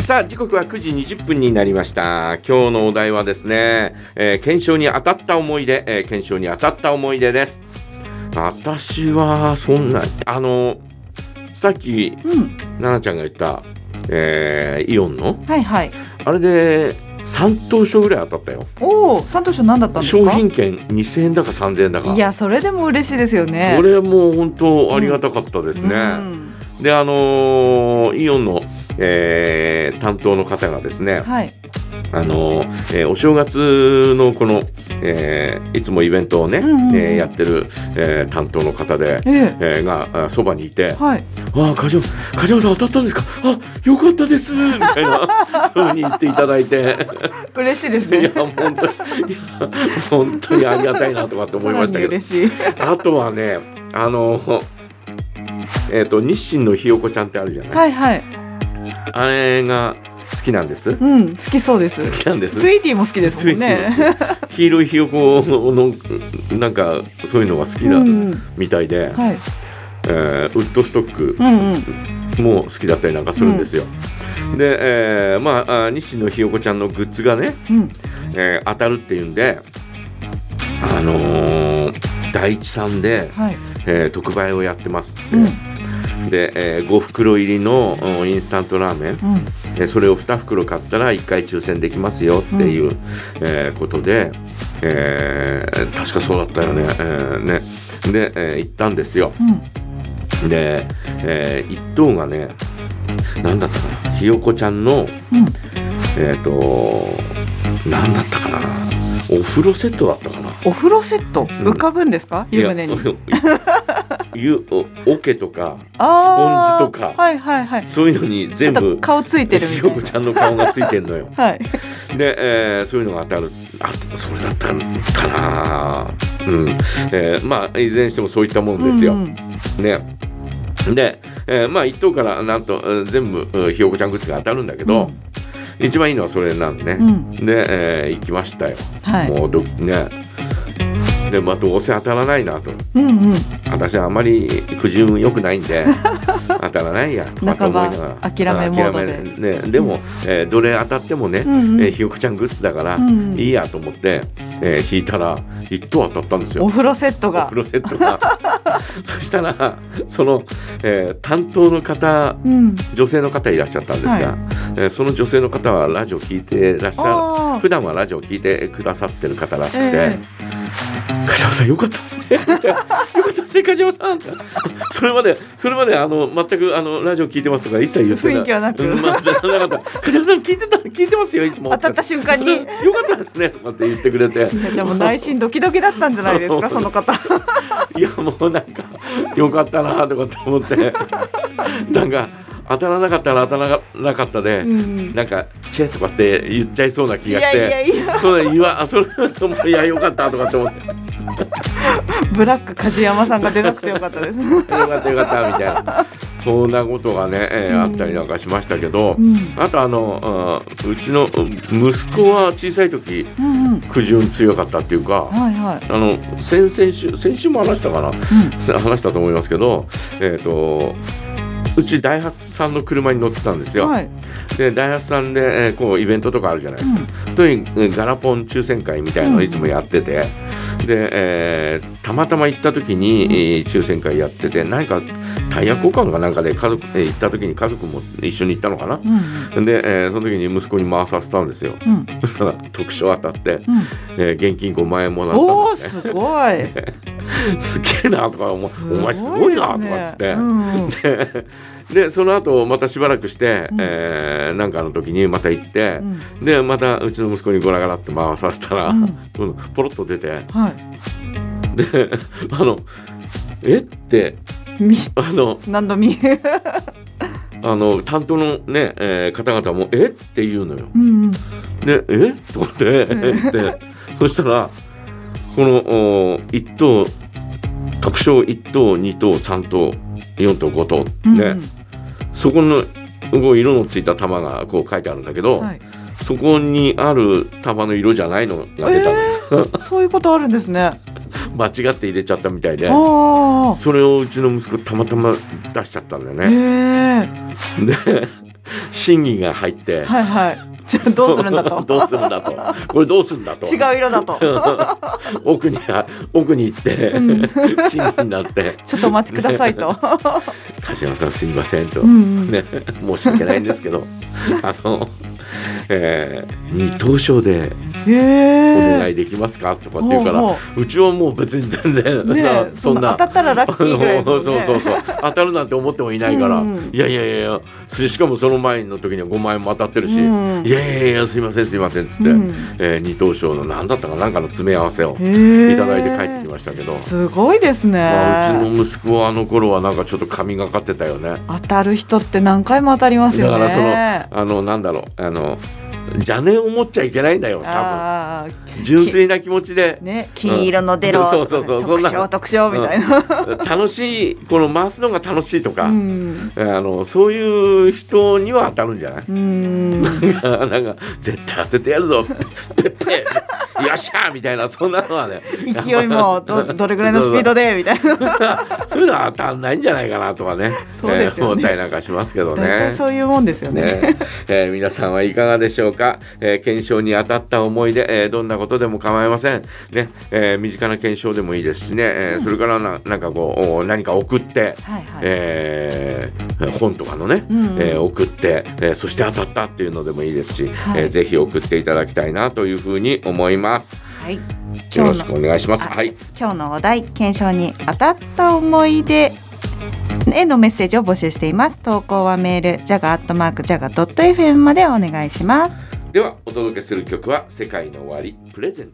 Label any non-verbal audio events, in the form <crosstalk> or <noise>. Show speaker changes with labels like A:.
A: さあ時刻は9時20分になりました今日のお題はですね、えー、検証に当たった思い出、えー、検証に当たった思い出です私はそんなあのさっき
B: うん、
A: 奈々ちゃんが言った、えーイオンの
B: はいはい。
A: あれで3等賞ぐらい当たったよ
B: おお、三等賞何だったんです
A: 商
B: か。
A: 品券2000円だか3000円だか
B: いや、それでも嬉しいですよね。
A: それも本当ありがたかったですね、
B: うん
A: であのーイオンの、えー担当の方がですね、
B: はい。
A: あのえーお正月のこの、えーいつもイベントをね、
B: うんうんうん
A: えーやってる、えー担当の方で、
B: ええ。
A: えーがあそばにいて
B: はい。
A: 「ああ梶山梶山さん当たったんですかあよかったです」みたい
B: <laughs>
A: な風に言っていただいて
B: 嬉しいです
A: いや
B: ね。
A: 本当にいや本当にありがたいなとかって思いまし
B: さ
A: た
B: ら
A: け
B: に
A: ど
B: 嬉しい。
A: あとはねあのえっ、と日清のひよこちゃんってあるじゃない、
B: はいはい。
A: あれが好きなんです好
B: うん、好きそうです。
A: きなんです
B: ツイーティーも好きです
A: つ
B: も
A: い
B: ん
A: てます
B: ね。
A: よ黄色いひよこのなんかそういうのが好き
B: う、
A: なんみたいで、
B: はい。
A: えーウッドストック
B: うんうん。
A: も好きだったりなんかするんですよ。で、えーまああ日清のひよこちゃんのグッズがね、
B: うん。
A: えー当たるっていうんであのー第一さんで、
B: はい。
A: えー特売をやってますって、
B: うん。
A: で、え5袋入りのうんインスタントラーメン
B: うん。
A: えーそれを2袋買ったら1回抽選できますよっていう、えーことで、えー確かそうだったよね。えーねで、えー行ったんですよ。
B: うん。
A: で、え1等がね何だったかなひよこちゃんの
B: うん。
A: えっ、と何だったかなお風呂セットだったかな。
B: お風呂セット
A: ん
B: 浮かぶんですか湯船に。
A: いや <laughs> ゆお桶とか
B: あ
A: ス
B: ー
A: ポンジとか
B: はいはいはい。
A: そういうのに
B: ちょ
A: 全
B: っと
A: 部
B: 顔ついてるみ
A: ひ
B: た
A: よ
B: い
A: こちゃんの顔がついてんのよ。
B: な。はい。
A: で、えーそういうのが当たるあそれだったのかなうん、えーまあいずれにしてもそういったもんですよ、
B: うんうん
A: ねで、えーまあ一等からなんとえー全部うんひよこちゃんグッズが当たるんだけど、一番いいのはそれなんでね、
B: うん
A: で、えー行きましたよ、
B: はい。
A: もうどねでまあどうせ当たらないなと
B: うんうん。
A: 私はあまりくじ運良くないん
B: <laughs>
A: で当たらないやとかって思いながら
B: 半ば諦めモードで
A: 諦めね、でも、えーどれ当たってもね、
B: うんうん
A: えーひよこちゃんグッズだから、
B: うんうん
A: いいやと思って、えー引いたら一等当たったんですよ
B: お風呂セット
A: お
B: が
A: 風。呂セットが <laughs> そしたらその、えー担当の方
B: うん。
A: 女性の方いらっしゃったんですが、
B: はい
A: えーその女性の方はラジオ聞いてらっしゃ
B: あ
A: る
B: ー
A: 普段はラジオ聞いてくださってる方らしくて
B: え
A: 「梶山さんよかった
B: <laughs>
A: ですね」みたいなよかったですね梶山さん」それまでそれまであの全くあのラジオ聞いてますとか一切言ってない
B: 雰囲気はなく
A: うんまあなかった梶山さん聞いてた聞いてますよいつも
B: 当たった瞬間に
A: よかったですねとかって言ってくれて
B: いやじゃあもう内心ドキドキだったんじゃないです
A: <laughs>
B: かその方。
A: いやもうなんかよかったなとかって思ってなんか当たらなかったら当たらなかったで、
B: うん
A: なんか「チェ」とかって言っちゃいそうな気
B: い
A: がし
B: やい
A: て
B: やいや
A: そうだ言わあそれもいやよかったとかって思ってよ
B: ブラック梶山さんが出なくてよかったです。
A: かったよかったみたいなそんなことがね、えーあったりなんかしましたけど、
B: うん
A: あとあのうんうちのうん息子は小さい時
B: うんうん
A: くじ運強かったっていうか。
B: はいはい。
A: あの先々週先週も話したかな、話したと思いますけど、えー、とうちダイハツさんの車に乗ってたんですよ、
B: はい。
A: でダイハツさんで、えーこうイベントとかあるじゃないですか、そういううんガラポン抽選会みたいなのをいつもやってて、で、えーたまたま行った時に、えー抽選会やってて何かタイヤ交換かなんかで家族、えー行った時に家族も一緒に行ったのかな
B: う、んうん
A: で、えーその時に息子に回させたんですよ
B: うん
A: そしたら特賞当たって、
B: うん。
A: えー現金5万円もらったんですね
B: おおーすごい。
A: すげえなとかお前 <laughs> お前すごいなとかっつって、
B: うん
A: <laughs> でその後またしばらくして、
B: うん
A: えーなんかの時にまた行って
B: う、ん
A: でまたうちの息子にゴラゴラって回させたら、
B: うん
A: うんポロッと出て
B: は
A: で <laughs> あの「えっ?」て
B: い。み
A: あの
B: 何度見。
A: あの担当の、ねえー方々も「えっ?」て言うのよ。
B: うんうん
A: で「えっ?」と思って「えっ?」てそしたらこのお1等特賞1等2等3等4等5等ね、
B: うん
A: そこのこう色のついた玉がこう書いてあるんだけど、
B: はい。
A: そこにある玉の色じゃないのが出たのよ、
B: そういうことあるんで
A: <laughs>
B: すね。
A: 間違って入れちゃったみたいで
B: あ
A: それをうちの息子たまたま出しちゃったんだよ
B: あ。
A: ね。
B: へえ。
A: で <laughs> 審議が入って、
B: はいはい。じゃあどうするんだと。
A: <laughs> どうするんだとこれどうするんだと
B: 違う色だと。
A: 奥に奥に行って、
B: うん
A: 審議になって
B: ちょっとお待ちくださいと。
A: 「梶山さんすいません」と、
B: うんうん
A: ね、申し訳ないんですけど <laughs> あの、えー二等賞でお
B: へえ。
A: 願いできますかとかって言うから、
B: ほうほ
A: うちはもう別に全然、
B: うね
A: な <laughs>
B: えそんな当たったらラッキーぐらいです
A: そ
B: よ
A: う <laughs>
B: ね。
A: そうそうそう当たるなんて思ってもいないから、
B: うん
A: いやいやいやいやししかもその前の時には5万円も当たってるし、
B: うん
A: いやいやいやすいませんすいませんっつって、
B: うん
A: えー二等賞の何だったかなんかの詰め合わせをい
B: へえ
A: ただいて帰ってきましたけど、
B: すごいですね。
A: まあ、うちの息子はあの頃はなんかちょっと神がかってたよね
B: 当たる人って何回も当たりますよ
A: だ
B: ね。
A: からそのあのなんだろうあの邪念を持っちゃいけないんだよ多
B: ああ
A: 分純粋な気持ちで、
B: ね金色のデロ、
A: うんそうそうそうそん
B: 特
A: な
B: 賞特賞みたいな。
A: 楽しいこの回すのが楽しいとか、
B: うん。
A: あのそういう人には当たるんじゃない <laughs>
B: うん。
A: なんか絶対当ててやるぞペッペッよっしゃーみたいなそんなのはね
B: 勢いもどどれぐらいのスピードでみたいな
A: そういうのは当たんないんじゃないかなとかね
B: そうですよね
A: 思ったりなんかしますけど
B: 大体
A: ね。
B: そういうもんですよね
A: ねえー皆さんはいかがでしょうか、えー検証に当たった思い出、えーどんなことでも構いません、ねえー身近な検証でもいいですしね、えーそれからななんかこうお何か送って、
B: はいはい、
A: えー本とかのね、
B: うんうん
A: えー送って、えーそして当たったっていうのでもいいですし、
B: はい
A: えーぜひ送っていただきたいなというふうに思います。
B: はい、
A: よ
B: 今
A: ろ
B: 日
A: し
B: の
A: くお願いします。
B: あ
A: はい、
B: 今日のお題検証に当たった思い出へのメッセージを募集しています投稿はメールジャガアットマークジャガドット FM までお願いします
A: ではお届けする曲は「世界の終わりプレゼント」。